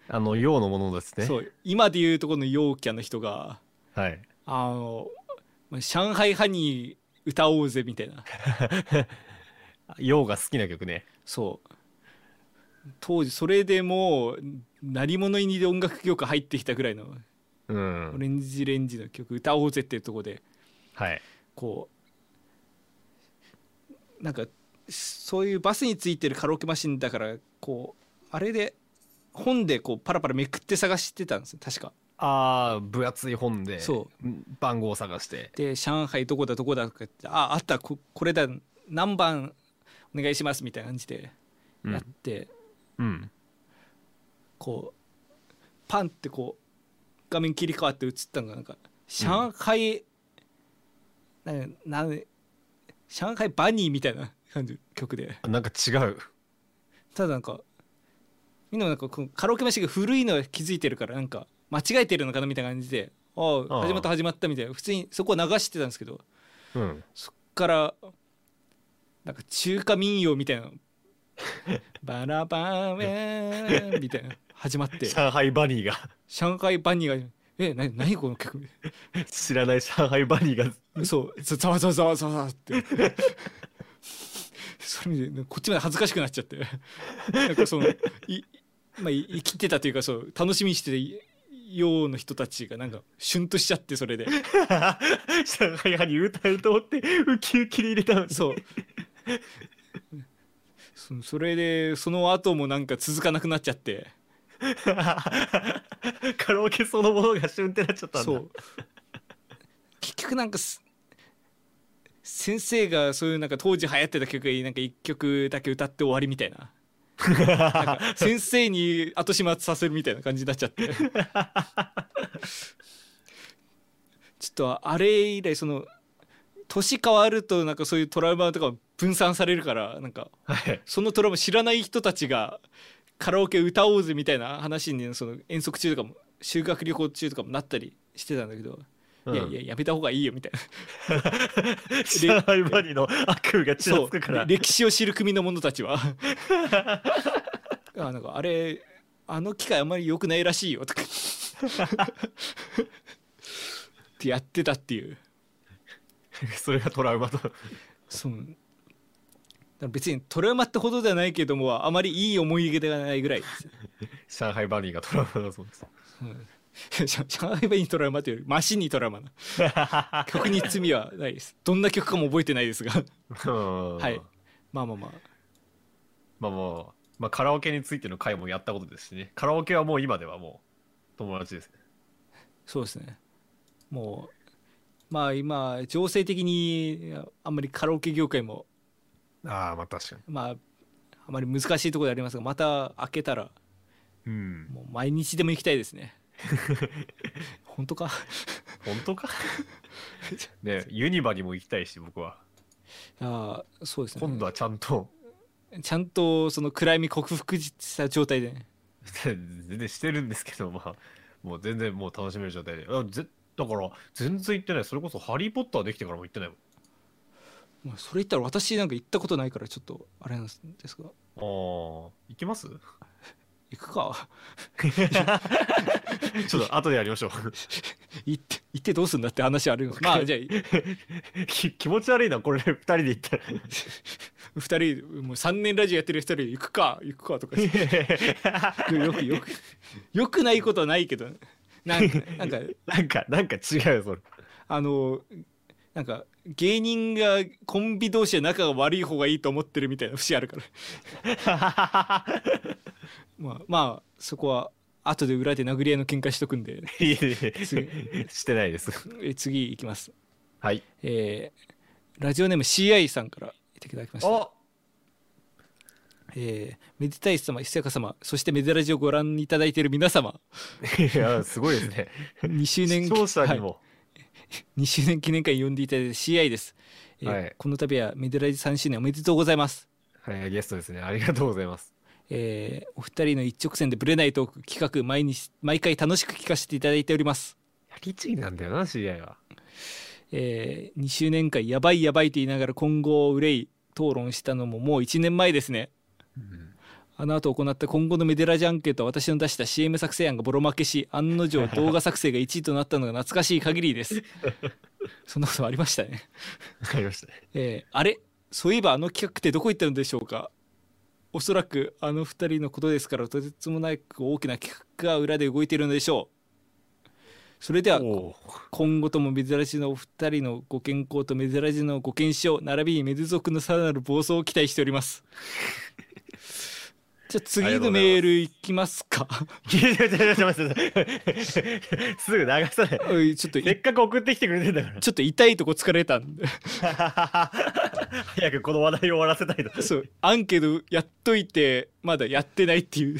あの、洋のものですね。
そう今でいうとこの陽キャの人が
はい。
あのまあ上海ハニー歌おうぜみたいな
洋が好きな曲ね。
そう当時それでもう鳴り物入りで音楽業界入ってきたぐらいの
う
オ
ん。
レンジレンジの曲歌おうぜっていうところで
はい。
こうなんかそういうバスについてるカラオケマシンだからこうあれで本でこうパラパラめくって探してたんですよ確か。
ああ分厚い本で
そ
うん番号を探して
で上海どこだどこだとか言ってああったここれだ何番お願いしますみたいな感じで
うん
やって、
うん
こうパンってこう画面切り替わって映ったのがなんか上海、なんか、なん上海バニーみたいな感じの曲で
なんか違う
ただなんかみんなもなんかこうカラオケマシンが古いのは気づいてるからなんか間違えてるのかなみたいな感じで「あ
あ
あ
あ
始まった始まった」みたいな普通にそこは流してたんですけど
うん
そっからなんか中華民謡みたい な「バラバーメン」みたいな始まって
上海バニーが
上海バニーが「えな何この曲」
知らない上海バニーが
そうざざわざわざわざわざわって それでこっちまで恥ずかしくなっちゃってなんかそのい、まあ、い生きてたというかそう楽しみにしてたようの人たちがなんかシュンとしちゃってそれで
上海派に歌うと思ってウキウキに入れたのに
そうそそれでその後もなんか続かなくなっちゃって
カラオケそのものがシュンってなっちゃったんだ
そう結局なんかす先生がそういうなんか当時流行ってた曲になんか1曲だけ歌って終わりみたいななん か先生に後始末させるみたいな感じになっちゃってちょっとあれ以来その年変わるとなんかそういうトラウマとか分散されるからなんか
はい
そのトラウマ知らない人たちがカラオケ歌おうぜみたいな話にその遠足中とかも修学旅行中とかもなったりしてたんだけど、いやいややめた方がいいよみたいな
上海バニーの悪夢がちら
そう
つくから
歴史を知る組の者たちはあなんかあれあの機械あんまり良くないらしいよとかってやってたっていう。
それがトラウマと
そうだから別にトラウマってほどではないけどもあまりいい思い出がないぐらいです
上海バニーがトラウマだそうです
うんシャシャーベイにトラウマというよりマシンにトラウマな曲に罪はないですどんな曲かも覚えてないですがは
はい
まあまあまあ
まあもう、まあ、カラオケについての回もやったことですしねカラオケはもう今ではもう友達ですね
そうですねもうまあ今情勢的にあんまりカラオケ業界も
ああまあ確かに
まああまり難しいところでありますがまた開けたら
うん
もう毎日でも行きたいですね本当か
本当 かねユニバにも行きたいし僕は
ああそうですね
今度はちゃんと
ちゃんとその暗闇克服した状態でね
全然してるんですけどまあもう全然もう楽しめる状態であぜだから全然行ってないそれこそ「ハリー・ポッター」できてからも行ってないもん
まあそれ言ったら私なんか行ったことないからちょっとあれなんですが
ああ行き ますち
行くか
ょっと後でやりましょう
行って行ってどうすんだって話あるよまあじゃあ
き 気持ち悪いなこれ2人で行ったら
2人もう3年ラジオやってる2人行くか行くかとかよくよくよくないことはないけどなんかなんか
なんかなんか違うよ それ
あのなんか芸人がコンビ同士で仲が悪い方がいいと思ってるみたいな節あるからまあまあそこは後で裏で殴り合いの喧嘩しとくんで
いえいえしてないです
え次行きます
はい
えーラジオネーム CI さんからいただきました、
あ
えー、めでたい様ひそやか様そしてメデラジをご覧いただいている皆 様
いやすごいですね
2周年
視聴者にも、
はい2周年記念会に呼んでいただいた CI です、えー
はい
この度はメデラジ3周年おめでとうございます、
はいゲストですねありがとうございます
えーお二人の一直線でぶれないトーク企画毎日毎回楽しく聞かせていただいております
やりちいなんだよな知り合いは
えー、2周年会やばいやばいと言いながら今後を憂い討論したのももう1年前ですね、あの後行った今後のメデラジアンケートは私の出した CM 作成案がボロ負けし案の定動画作成が1位となったのが懐かしい限りです そんなことありましたね、
わかりました
えーあれそういえばあの企画ってどこ行ったのでしょうかおそらくあの2人のことですからとてつもなく大きな企画が裏で動いているのでしょうそれでは
おう
今後とも珍しいのお二人のご健康と珍しいのご健勝並びにメズ族のさらなる暴走を期待しております じゃあ
あり
次
がと
の
うございます
メールいきますか
いやいやいやいや待って待って待ってすぐ流さない。
おいちょっとい
せっかく送ってきてくれてんだから。
ちょっと痛いとこ疲れた んで
早くこの話題を終わらせたいと。
そうアンケートやっといてまだやってないって いう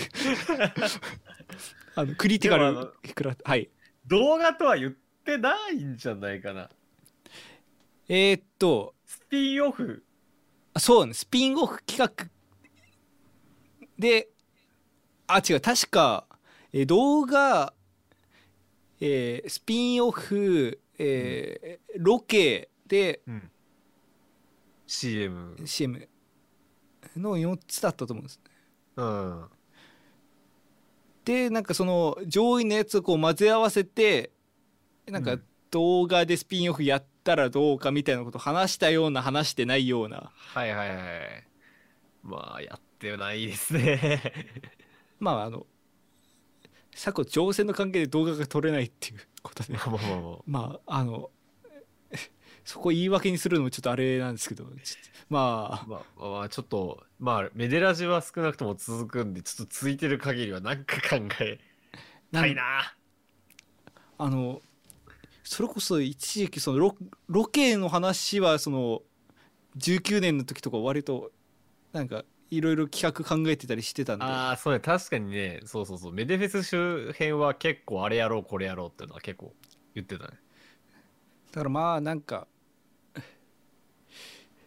あのクリティカ
でもあ
ル
の
いくらはい
動画とは言ってないんじゃないかな。
えー、っと
スピンオフ。
あそうねスピンオフ企画であ違う確か、えー動画、えースピンオフ、えーロケで
CM。
CM の4つだったと思うんですね
うん。
でなんかその上位のやつをこう混ぜ合わせてなん
う
か
ん
動画でスピンオフやったらどうかみたいなこと話したような話してないような
はいはいはい。まあ、やってないですね。
まああの昨今情勢の関係で動画が撮れないっていうことで
まあまあまあまあ
まああの そこ言い訳にするのもちょっとあれなんですけどちょっとまあ
まあ、まあ、ちょっと、まあ、メデラジは少なくとも続くんで、ちょっと続いてる限りはなんか考えたい
なん
な。
あのそれこそ一時期そのロロケの話はその19年の時とか割となんかいろいろ企画考えてたりしてたんで
ああ、そうね、確かにね、そうそうそう、メデフェス周辺は結構あれやろう、これやろうっていうのは結構言ってたね。
だからまあなんか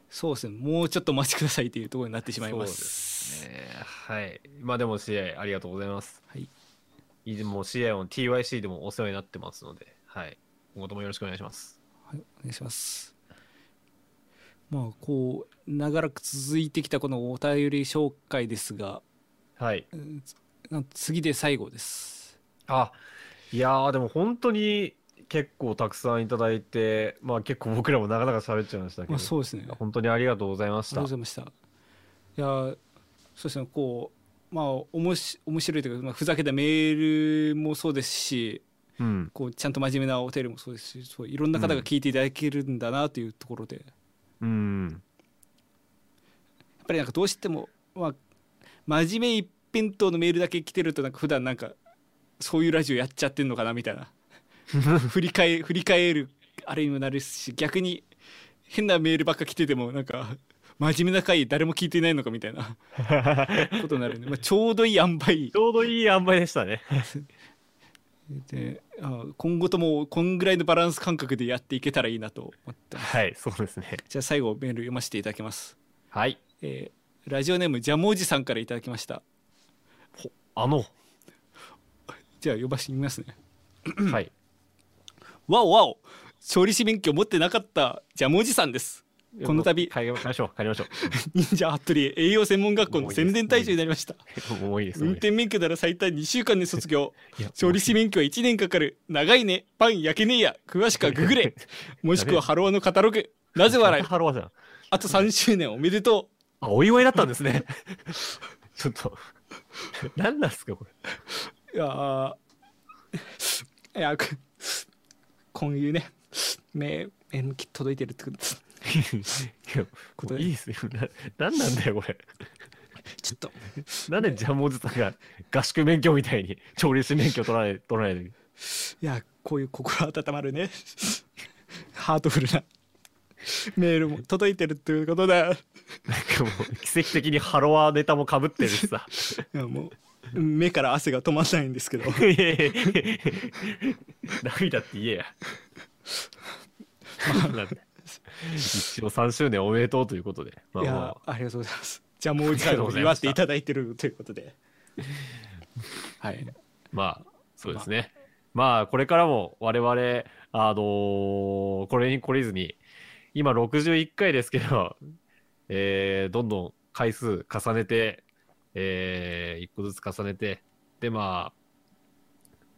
そうですねもうちょっとお待ちくださいというところになってしまいます
そうですねはい。まあでも、試合ありがとうございます。
はい、
いつも試合の TYC でもお世話になってますので、はい。今後ともよろしくお願いします。
はい、お願いします。まあこう長らく続いてきたこのお便り紹介ですが、
はい。
うんなんと次で最後です。
あいやーでも本当に結構たくさんいただいてまあ結構僕らもなかなか喋っちゃいましたけど、
まあそうですね。ありがと
本当にありがとうございまし
う
た
ございました。いやーそうですねこうまあおもし面白いというか、まあ、ふざけたメールもそうですし
うん
こうちゃんと真面目なお便りもそうですしそういろんな方が聞いていただけるんだなというところで、や
うん
っぱりなんかどうしても、まあ、真面目一辺倒のメールだけ来てるとなんか普段なんかそういうラジオやっちゃってんのかなみたいな。振り返振り返るあれにもなるし逆に変なメールばっか来ててもなんか真面目な回誰も聞いてないのかみたいなことになるんで、まあ、ちょうどいい塩梅
ちょうどいい塩梅でしたね
であ今後ともこんぐらいのバランス感覚でやっていけたらいいなと思ってます
はいそうですね
じゃあ最後メール読ませていただきます、
はい
えーラジオネームジャムおじさんからいただきました
あの
じゃあ呼ばしてみますね
はい
わおわお調理師免許持ってなかったジャムおじさんですこの度
帰りましょう 帰りましょ
忍者服部栄養専門学校の宣伝対象になりました
うもういいです
運転免許なら最短2週間で卒業調理師
味
免許は1年かかる長いねパン焼けねえや詳しくはググ れもしくはハロワのカタログなぜ笑い
ハロワじゃん
あと3周年おめでと
あお祝いだったんですね ちょっと何なんですか これ
ういやーいやここういうねメメール届いてるってことち
いやもういいですよな何なんだよこ
ょ
れ
っと
なんでジャムおじさんが合宿免許みたいに調理師免許取らない取らないで
いやこういう心温まるねハートフルなメールも届いてるっていうことだ
なんかもう奇跡的にハロワーネタもかぶって るしさ
いやもう目から汗が止まらないんですけど
いやいやいや涙って言え やなんだ一応3周年おめでとうということで、まあ
いや
ま
ありがとうございます。じゃあもう一回
ありがとうござい
祝
ま
っ
してた
いただいてるということで。はい。
あ、まあそうですねまあこれからも我々あのーこれに懲りずに今61回ですけど、 えーどんどん回数重ねて、えー一個ずつ重ねて、で、まあ、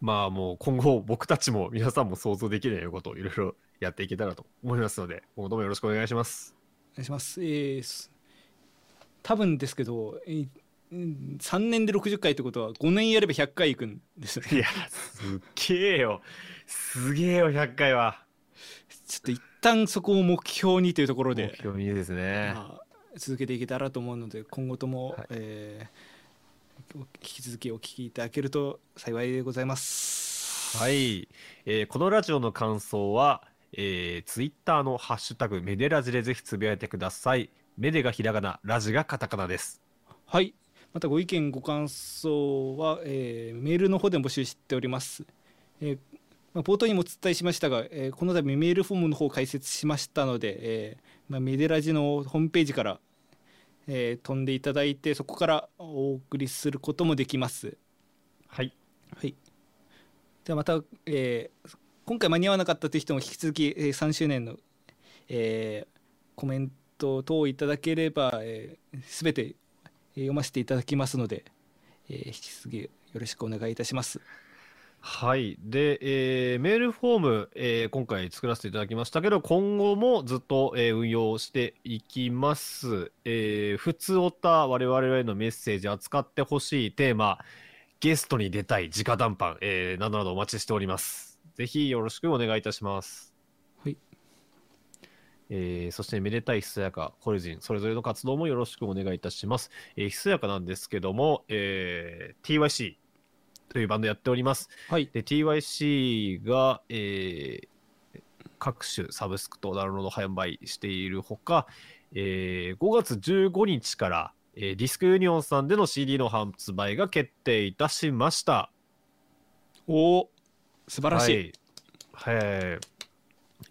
まあもう今後僕たちも皆さんも想像できないことをいろいろやっていけたらと思いますので、今後ともよろしくお願いします。
お願いします。えーす多分ですけど、えーうん3年で60回ってことは5年やれば100回いくんですよね
いや、すっげえよ。すげえよ、100回は。
ちょっと一旦そこを目標にというところ
目
で、
標にですね。
まあ続けていけたらと思うので今後とも、
はい
えーお引き続きお聞きいただけると幸いでございます。
はい、えーこのラジオの感想は、えツイッター Twitter のハッシュタグメデラジでぜひつぶやいてください。メデがひらがな、ラジがカタカナです。
はい。またご意見ご感想は、えーメールの方で募集しております。えーまあ、冒頭にもお伝えしましたが、えーこの度メールフォームの方を開設しましたので、えーまあ、メデラジのホームページから、えー飛んでいただいてそこからお送りすることもできます。
はい、
はい。ではまた、えー今回間に合わなかったという人も引き続き、えー3周年の、えーコメント等をいただければ、えー、全てえー読ませていただきますので、えー引き続きよろしくお願いいたします。
はい、で、えーメールフォーム、えー今回作らせていただきましたけど、今後もずっと、えー運用していきます。えー、普通おた我々へのメッセージ、扱ってほしいテーマ、ゲストに出たい、直談判、えーなどなどお待ちしております。ぜひよろしくお願いいたします。
はい。
えーそして、めでたいひそやか、コルジン、それぞれの活動もよろしくお願いいたします。えーひそやかなんですけども、えー TYC というバンドやっております。
はい。
で TYC が、えー各種サブスクとダウンロード販売しているほか、えー5月15日から、えーディスクユニオンさんでの CD の発売が決定いたしました。
おお素晴らしい。
はい。はい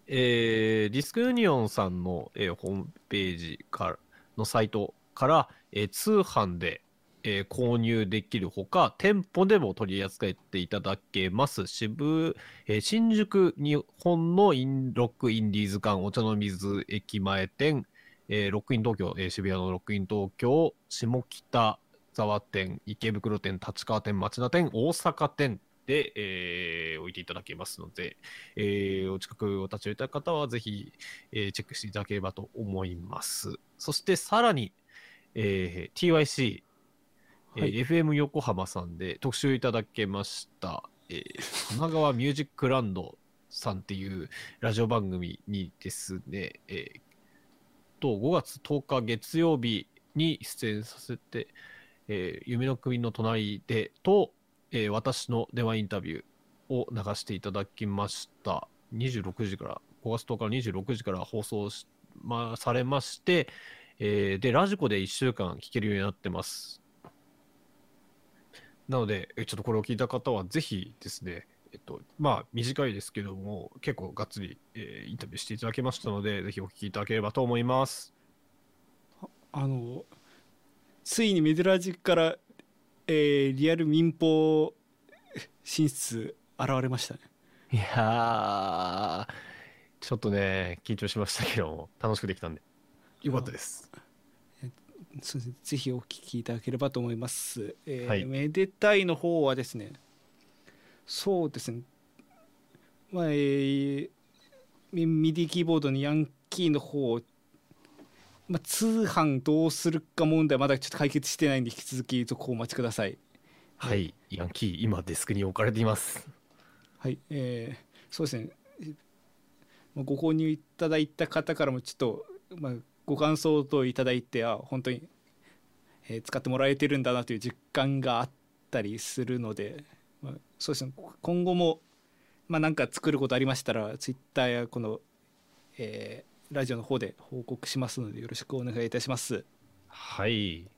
えーディスクユニオンさんの、えーホームページからのサイトから、えー通販で、えー購入できるほか店舗でも取り扱っていただけます渋、えー新宿日本のインロックインディーズ館お茶の水駅前店、えーロックイン東京、えー渋谷のロックイン東京下北沢店池袋店立川店町田店大阪店で、えー置いていただけますので、えーお近くお立ち寄りたい方はぜひ、えーチェックしていただければと思います。そしてさらに、えー TYC、えー
はい
FM 横浜さんで特集いただけました、えー神奈川ミュージックランドさんっていうラジオ番組にですね、えーと5月10日月曜日に出演させて、えー夢の国の隣でと、えー私の電話インタビューを流していただきました。26時から、5月10日の26時から放送し、まあ、されまして、えーで、ラジコで1週間聞けるようになってます。なので、えちょっとこれを聞いた方は、ぜひですね、えっと、まあ、短いですけども、結構がっつり、えーインタビューしていただけましたので、ぜひお聞きいただければと思います。
あのついにメデラジから、えーリアル民放進出現れましたね。
いやー、ちょっとね、緊張しましたけども、楽しくできたんで、よかったです。
そうですねぜひお聞きいただければと思います。えー
はい
めでたいの方はですね、そうですね、まあ、えーミミディキーボードにヤンキーの方を、まあ、通販どうするか問題はまだちょっと解決してないんで、引き続き続報お待ちください。
はい、ヤンキー、今デスクに置かれています。
はい、えーそうですね。まあご購入いただいた方からもちょっと、まあ、ご感想等いただいてあ本当に、えー使ってもらえてるんだなという実感があったりするので、まあ、そうですね今後も、まあ、なんか作ることありましたらツイッターやこの、えーラジオの方で報告しますのでよろしくお願いいたします。
はい。よ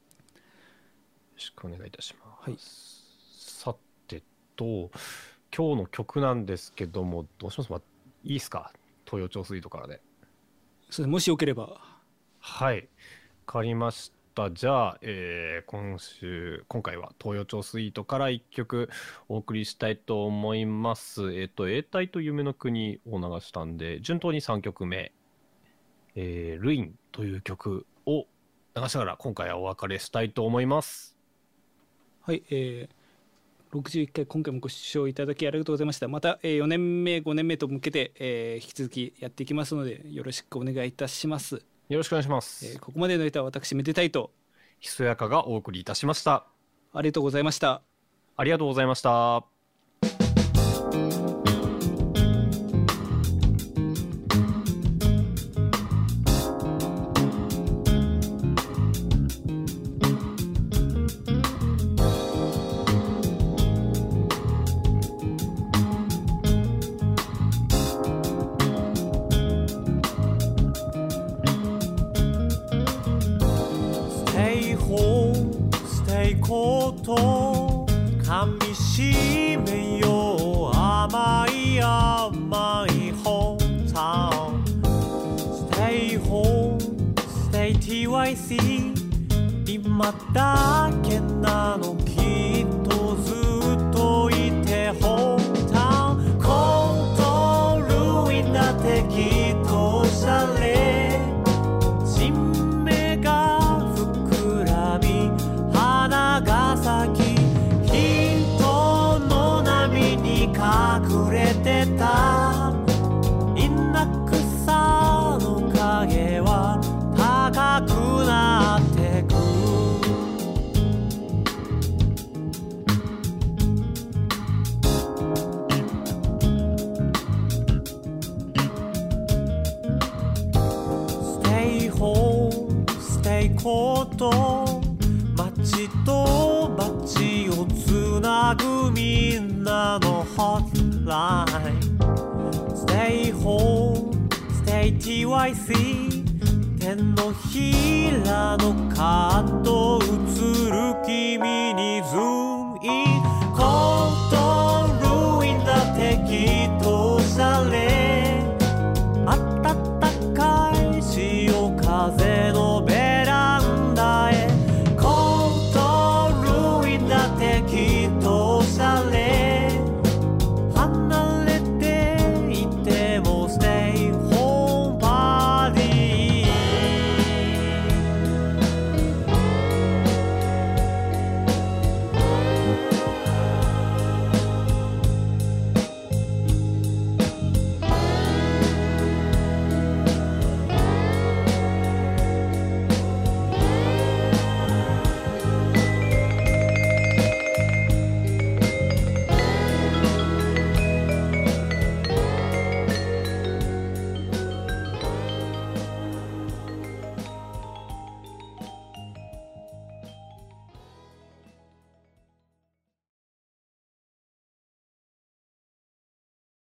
ろしくお願いいたしま
は
す。
い
さてと、今日の曲なんですけども、どうしますまあいいですか東洋調水道からで、
そうですねもしよければ
はい。わかりました。じゃあ、えー今週、今回は東洋町スイートから1曲お送りしたいと思います。えっ、と、永代と夢の国を流したんで、順当に3曲目、えールインという曲を流しながら今回はお別れしたいと思います。
はい、えー、61回今回もご視聴いただきありがとうございましたまた、えー4年目5年目と向けて、えー引き続きやっていきますのでよろしくお願いいたします、
よろしくお願いしま
え
す
ー。ここまでの歌は私めでたいと
ひそやかがお送りいたしました。
ありがとうございました。
ありがとうございました。
Stay home, stay cold と噛みしめよう甘い甘いホームタウン Stay home, stay TYC 今だけなのきっとずっといてホームタウンコントロールになってきっとおしゃれ新芽が膨らみ花が咲き人の波に隠れてた稲草の影は高くなってくステイホームステイコート街と街をつなぐみんなのホットライン Stay home, stay TYC 天のひらのカード映る君にずっ